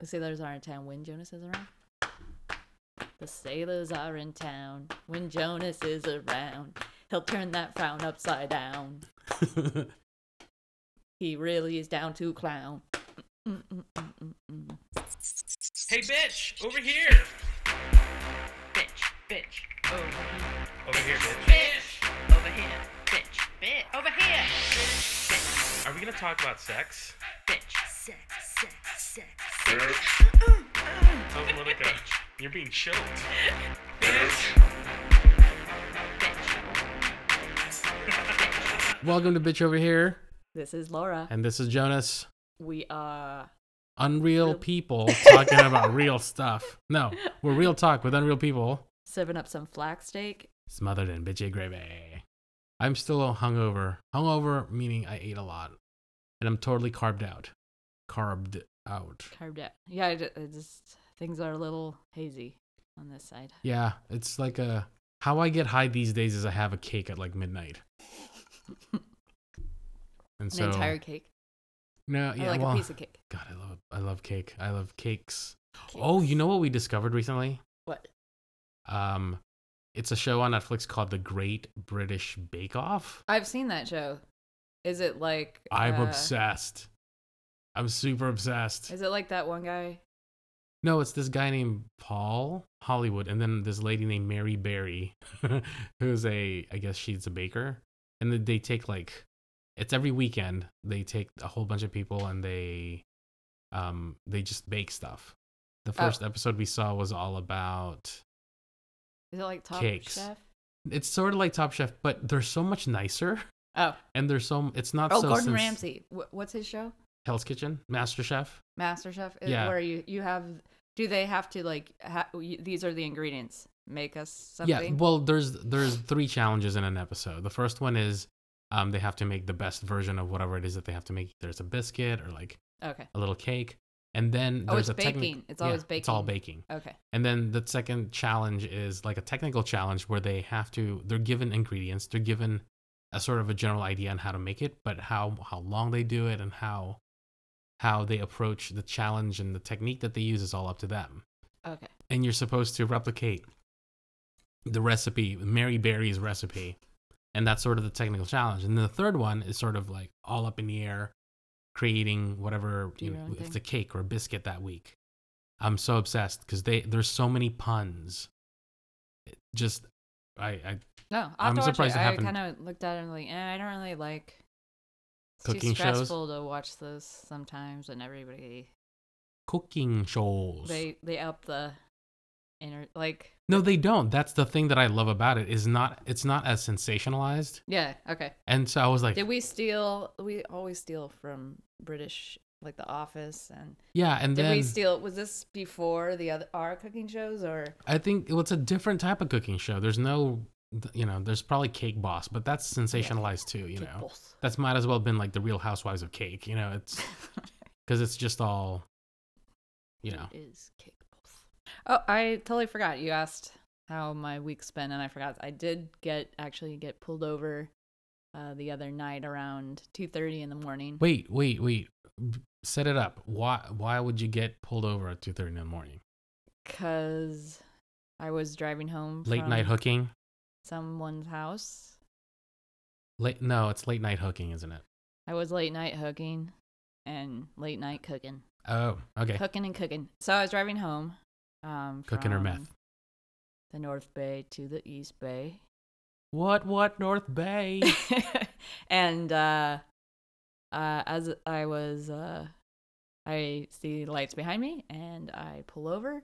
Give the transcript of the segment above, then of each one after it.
The sailors are in town when Jonas is around. The sailors are in town when Jonas is around. He'll turn that frown upside down. He really is down to clown. Mm-mm-mm-mm-mm. Hey, bitch, over here. Bitch, bitch, over here. Over here, bitch. Bitch, over here. Bitch, bitch, over here. Bitch, bitch, Are we gonna talk about sex? bitch. Sex, sex, sex, sex. Oh, Monica, you're being chilled. Bitch, Welcome to Bitch Over Here, This is Laura. and this is Jonas. We are Unreal Real- people talking about real stuff. No, we're real talk with unreal people, serving up some flax steak. smothered in bitchy gravy. I'm still hungover. Hungover meaning I ate a lot, and I'm totally carved out. Carved out. Carved out. Yeah, I ju- I just things are a little hazy on this side. Yeah, it's like a how I get high these days is I have a cake at like midnight. And so An entire cake, no, yeah, or like well, a piece of cake. God, I love I love cake. I love cakes. Oh, you know what we discovered recently? what? Um, it's a show on Netflix called The Great British Bake Off. I've seen that show. Is it like I'm uh, obsessed. I'm super obsessed. Is it like that one guy? No, it's this guy named Paul Hollywood, and then this lady named Mary Berry, who's a I guess she's a baker, and then they take like it's every weekend they take a whole bunch of people and they um they just bake stuff. The Oh. first episode we saw was all about Is it like Top Cakes. Chef? it's sort of like Top Chef, but they're so much nicer. Oh, and there's so it's not oh, so Gordon since Ramsay. Wh- what's his show? Hell's Kitchen, Master Chef. Master Chef. Is Yeah. Where you you have? Do they have to like? Ha- y- these are the ingredients. Make us Yeah, something. well, there's there's three challenges in an episode. The first one is um, they have to make the best version of whatever it is that they have to make. There's a biscuit or like okay. a little cake, and then Oh, there's it's a technic- baking. It's always It's all baking. baking. Okay. And then the second challenge is like a technical challenge where they have to they're given ingredients, they're given a sort of a general idea on how to make it, but how how long they do it and how how they approach the challenge and the technique that they use is all up to them. Okay. And you're supposed to replicate the recipe, Mary Berry's recipe. And that's sort of the technical challenge. And then the third one is sort of like all up in the air, creating whatever Do you your know, own if thing. it's a cake or a biscuit that week. I'm so obsessed because they there's so many puns. It just I, I No, i have I'm to watch surprised it. it I happened. kind of looked at it and like, eh, I don't really like. It's Cooking too shows? stressful to watch those sometimes, and everybody cooking shows. they they up the inner like no, they don't. That's the thing that I love about it is not it's not as sensationalized. yeah okay. And so I was like, Did we steal? We always steal from British like The Office and yeah. And Did then we steal? Was this before the other our cooking shows, or I think well, it's a different type of cooking show. There's no, th- you know, there's probably Cake Boss, but that's sensationalized too. You Kick know, balls? that's might as well been like the Real Housewives of Cake. You know, it's because it's just all, you know, It is kick balls. Oh, I totally forgot. You asked how my week's been, and I forgot. I did get actually get pulled over uh, the other night around two thirty in the morning. Wait, wait, wait. B- Set it up. Why why would you get pulled over at 2:30 in the morning? because I was driving home Late night from hooking? someone's house. Late No, it's late night hooking, isn't it? I was late night hooking and late night cooking. Oh, okay. Cooking and cooking. So I was driving home. Um, Cooking or meth? from The North Bay to the East Bay. What what North Bay? and uh, uh, as I was, uh, I see lights behind me and I pull over,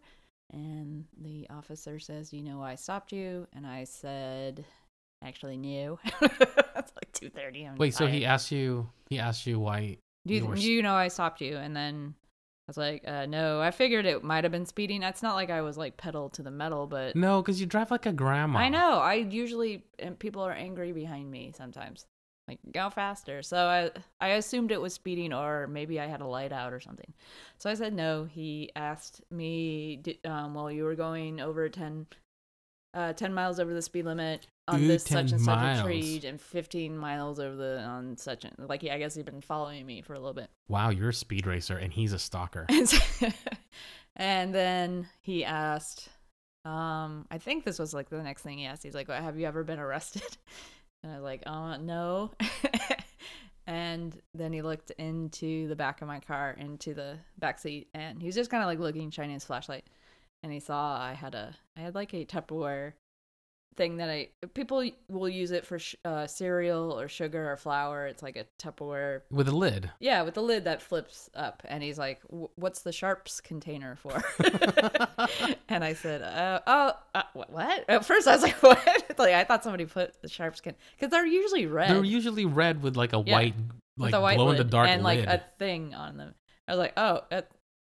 and the officer says, You know, why I stopped you. And I said, Actually, knew. it's like 2.30. wait, so he asked you he asked you why Do you, you were do s- you know I stopped you? And then I was like, uh, No, I figured it might have been speeding. It's not like I was like pedal to the metal, but. No, cuz you drive like a grandma. I know. I usually and people are angry behind me sometimes. Like go faster. So I I assumed it was speeding or maybe I had a light out or something. So I said no. He asked me "D- um, well you were going over 10 uh, 10 miles over the speed limit on Ooh, this such 10 and such miles. a tree and 15 miles over the on such and like yeah, I guess he'd been following me for a little bit. Wow, you're a speed racer and he's a stalker. And so, And then he asked, um, I think this was like the next thing he asked. He's like, "Well, Have you ever been arrested? And I was like, Uh, no. and then he looked into the back of my car, into the back seat, and he was just kind of like looking, shining his flashlight. And he saw I had a, I had like a Tupperware thing that I, people will use it for sh- uh, cereal or sugar or flour. It's like a Tupperware with a lid. yeah, with the lid that flips up, and he's like, "Wh- "What's the sharps container for?" and I said, uh, "Oh, uh, wh- what?" At first, I was like, "What?" like I thought somebody put the sharps can because they're usually red, They're usually red with like a Yeah. white, like with a white glow in the lid dark and lid. like a thing on them. I was like, "Oh," uh,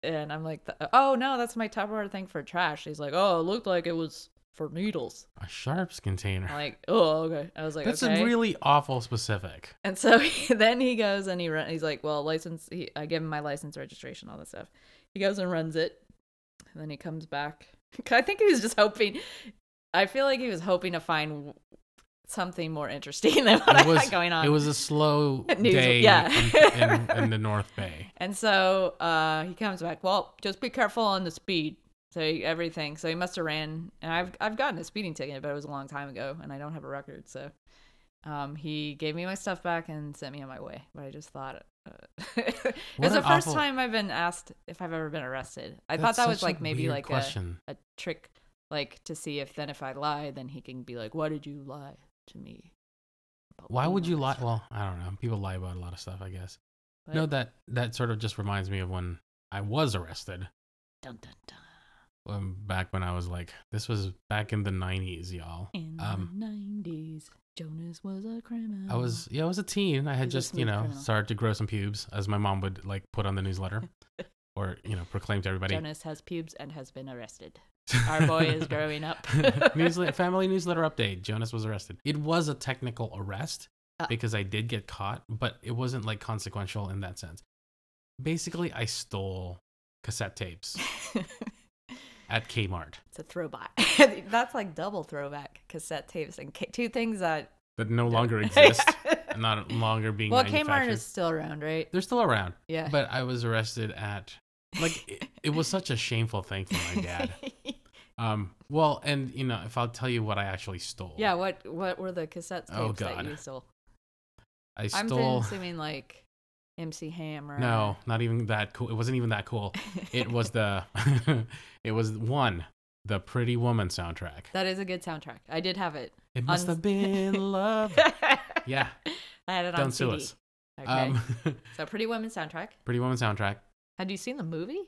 and I'm like, "Oh no, that's my Tupperware thing for trash." He's like, "Oh, it looked like it was for needles." a, sharps container. I'm like, "Oh, okay." I was like, That's okay. a really awful specific. And so he, then he goes and he run, he's like, well, license. He, I give him my license, registration, all that stuff. He goes and runs it, and then he comes back. I think he was just hoping. I feel like he was hoping to find something more interesting than what It I was had going on. It was a slow News- day yeah. in, in, in the North Bay. And so uh, he comes back. Well, just be careful on the speed. So he- everything. So he must have ran. And I've I've gotten a speeding ticket, but it was a long time ago, and I don't have a record. So um, he gave me my stuff back and sent me on my way. But I just thought uh, it was an the first awful- time I've been asked if I've ever been arrested. I thought That's that was such a like maybe weird like a, question. a trick, like to see if then if I lie, then he can be like, "Why did you lie to me?" about Why being would you lie? arrested?" Well, I don't know. People lie about a lot of stuff, I guess. But- No, that that sort of just reminds me of when I was arrested. Dun, dun, dun. Um, back when I was like, this was back in the '90s, y'all. In Um, the 90s, Jonas was a criminal. I was yeah, I was a teen. I had He's a just you smooth know criminal. started to grow some pubes, as my mom would like put on the newsletter, or you know proclaim to everybody. Jonas has pubes and has been arrested. Our boy is growing up. Newsle- family newsletter update. Jonas was arrested. It was a technical arrest Ah. because I did get caught, but it wasn't like consequential in that sense. Basically, I stole cassette tapes it's at Kmart. a throwback. That's like double throwback cassette tapes and ca- two things that that no longer Yeah. exist, not longer being well, manufactured. Kmart is still around, right? They're still around, Yeah. but I was arrested at like it, it was such a shameful thing for my dad. Um, well, and you know, if I'll tell you what I actually stole, yeah. What What were the cassette tapes Oh, that God. you stole? I I'm stole. assuming like MC Hammer. No, not even that cool. It wasn't even that cool. It was the, it was one, the Pretty Woman soundtrack. that is a good soundtrack. I did have it. It must uns- have been love. Yeah, I had it on don't sue CD. us. Okay. Um, so Pretty Woman soundtrack. Pretty Woman soundtrack. Had you seen the movie?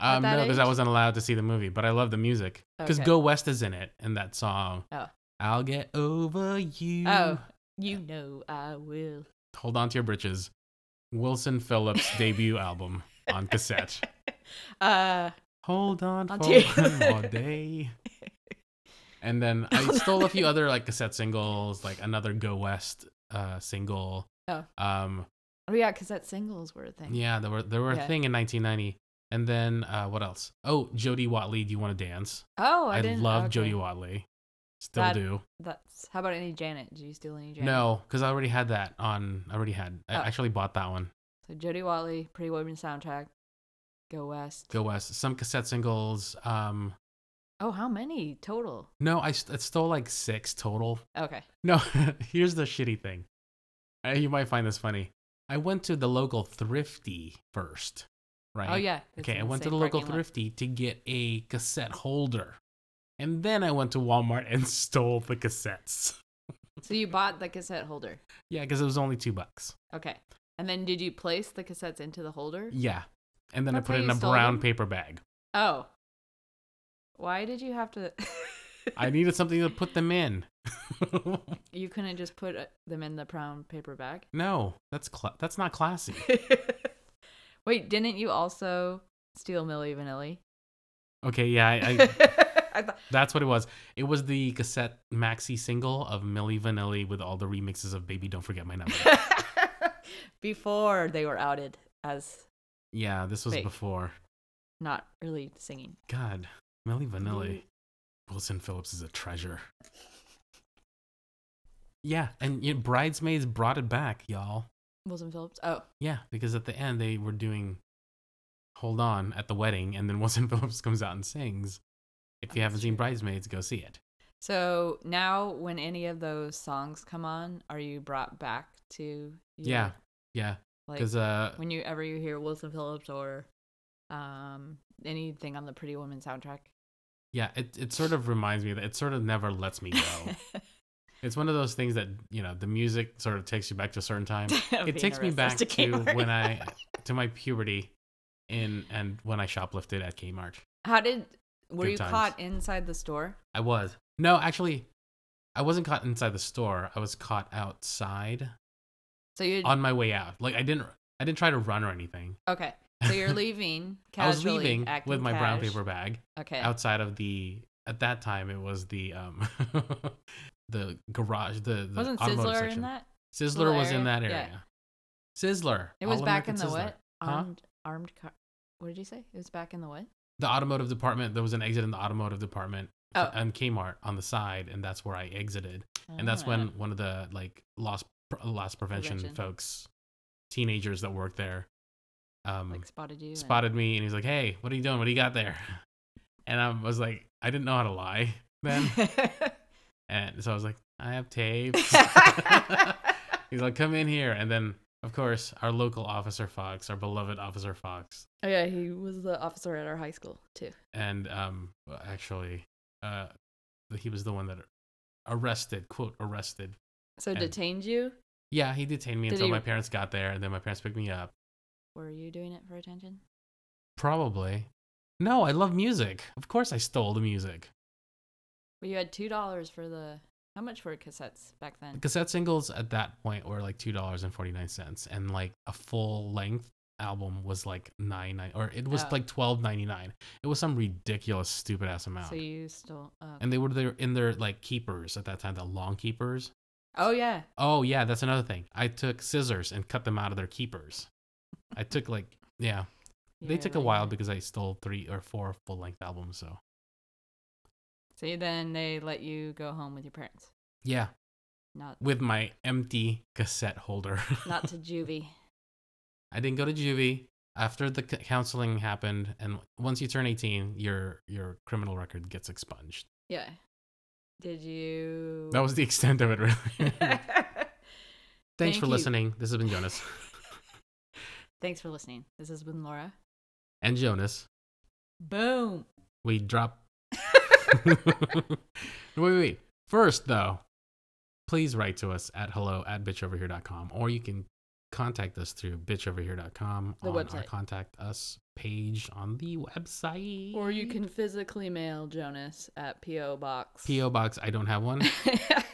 At Um, that no, because I age? wasn't allowed to see the movie, but I love the music because Okay. Go West is in it and that song. Oh. I'll get over you. Oh, you know I will. Hold on to your britches. Wilson Phillips debut album on cassette. Uh, Hold on On for to- one more day. And then I stole a few other like cassette singles, like another Go West uh, single. Oh. Um, oh yeah, cassette singles were a thing. yeah, there were there were Yeah. a thing in 1990. And then uh, what else? Oh, Jody Watley, do you want to dance? Oh, I, I, didn't. love okay. Jody Watley. Still That- do. That's how about any Janet? Did you steal any Janet? No, because I already had that on. I already had. I Oh. actually bought that one. So Jody Watley, Pretty Woman soundtrack, Go West. Go West. Some cassette singles. Um, Oh, how many total? no, I, st- I stole like six total. Okay. No, here's the shitty thing. Uh, you might find this funny. I went to the local thrifty first, right? Oh yeah. it's Okay, in I went to same the local parking lot. thrifty to get a cassette holder, and then I went to Walmart and stole the cassettes. So you bought the cassette holder. Yeah, because it was only two bucks. Okay. And then did you place the cassettes into the holder? Yeah, and then That's I how put it in you a stole brown them? paper bag. Oh. Why did you have to? I needed something to put them in. you couldn't just put uh, them in the brown paper bag. no, that's cla that's not classy. Wait, didn't you also steal Millie Vanilli? Okay, yeah, I, I, I, thought, that's what it was. It was the cassette maxi single of Milli Vanilli with all the remixes of "Baby Don't Forget My Number." before they were outed as yeah, this was Fake. before. not really singing. God, Milli Vanilli, Mm-hmm. Wilson Phillips is a treasure. Yeah, and you know, bridesmaids brought it back, y'all. Wilson Phillips. Oh, Yeah, because at the end they were doing hold on at the wedding, and then Wilson Phillips comes out and sings. If you haven't That's seen true. Bridesmaids, go see it. So now, when any of those songs come on, are you brought back to your- Yeah, yeah, like because uh, when you ever you hear Wilson Phillips or um anything on the Pretty Woman soundtrack? yeah, it it sort of reminds me that it sort of never lets me go. it's one of those things that you know the music sort of takes you back to a certain time. it takes me back to, when I to my puberty, in and when I shoplifted at Kmart. How did were Good you times. caught inside the store? I was. No, actually, I wasn't caught inside the store. I was caught outside So you on my way out. Like I didn't I didn't try to run or anything. okay? So you're leaving I was casually, leaving acting with my brown cash. paper bag Okay, outside of the at that time it was the um the garage the, the wasn't automotive Sizzler section. in that? Sizzler little was in area? that Yeah. area. Sizzler. It was All back in American the Sizzler. what? Huh? Armed armed car. What did you say? It was back in the what? The automotive department, there was an exit in the automotive department Oh. and Kmart on the side and that's where I exited. uh, and that's Ah. when one of the like loss loss prevention, Prevention. folks teenagers that work there um like spotted you. and- spotted me and he's like hey what are you doing what do you got there and i was like i didn't know how to lie then and so i was like i have tapes he's like come in here and then of course our local officer fox our beloved officer fox Oh, yeah, he was the officer at our high school too. and um well, actually uh he was the one that arrested quote arrested So And- detained you? yeah he detained me Did until he- my parents got there and then my parents picked me up Were you doing it for attention? Probably. No, I love music. Of course I stole the music. Well, you had two dollars for the. How much were cassettes back The then? cassette singles at that point were like two dollars and forty nine cents and like a full length album was like nine nine or it was Oh. like twelve ninety nine. It was some ridiculous stupid ass amount. So you stole. Oh, and they were there in their like keepers at that time, the long keepers. oh yeah. Oh yeah, that's another thing. I took scissors and cut them out of their keepers. I took like yeah. they You're took a like- while because I stole three or four full length albums, so So then they let you go home with your parents. yeah. Not with my empty cassette holder. not to juvie. I didn't go to juvie. After the c- counseling happened, and once you turn 18, your your criminal record gets expunged. Yeah. Did you? That was the extent of it, really. Thanks Thank for you. listening. This has been Jonas Thanks for listening. This has been Laura. and Jonas. Boom. We drop. wait, wait, wait. First, though, please write to us at hello at bitchoverhere.com, or you can contact us through bitchoverhere.com The on our website. contact us page on the website. Or you can physically mail Jonas at PO Box. PO box. I don't have one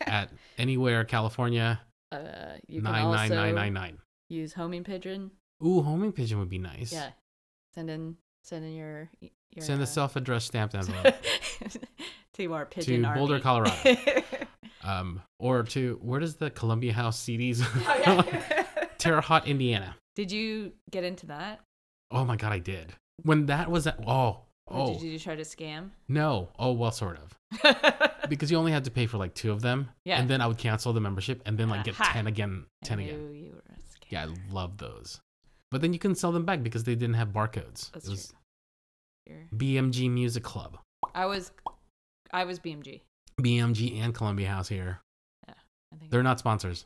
at anywhere California uh, you can nine nine nine also nine nine. use homing pigeon. Ooh, homing pigeon would be nice. Yeah, send in send in your, your Send uh, a self-addressed stamped envelope to our pigeon to army. Boulder, Colorado, Oh, um, or to where does the Columbia House CDs? Oh, yeah. Terre Haute, Indiana. did you get into that? Oh my God, I did. When that was at oh Or oh Did you try to scam? no oh well sort of because you only had to pay for like two of them Yeah. and then I would cancel the membership and then like get Aha. ten again I ten again. knew you were a scam. Yeah, I love those. But then you couldn't sell them back because they didn't have barcodes. That's it was You're- BMG Music Club, I was, I was BMG. BMG and Columbia House here. I think. They're not sponsors.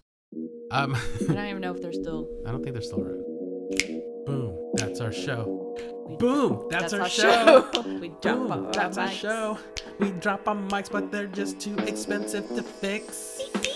Um, I don't even know if they're still. I don't think they're still around. Boom, that's our show. We, Boom, that's, our, show. we drop Boom, our that's our mics. show. We drop our mics, but they're just too expensive to fix.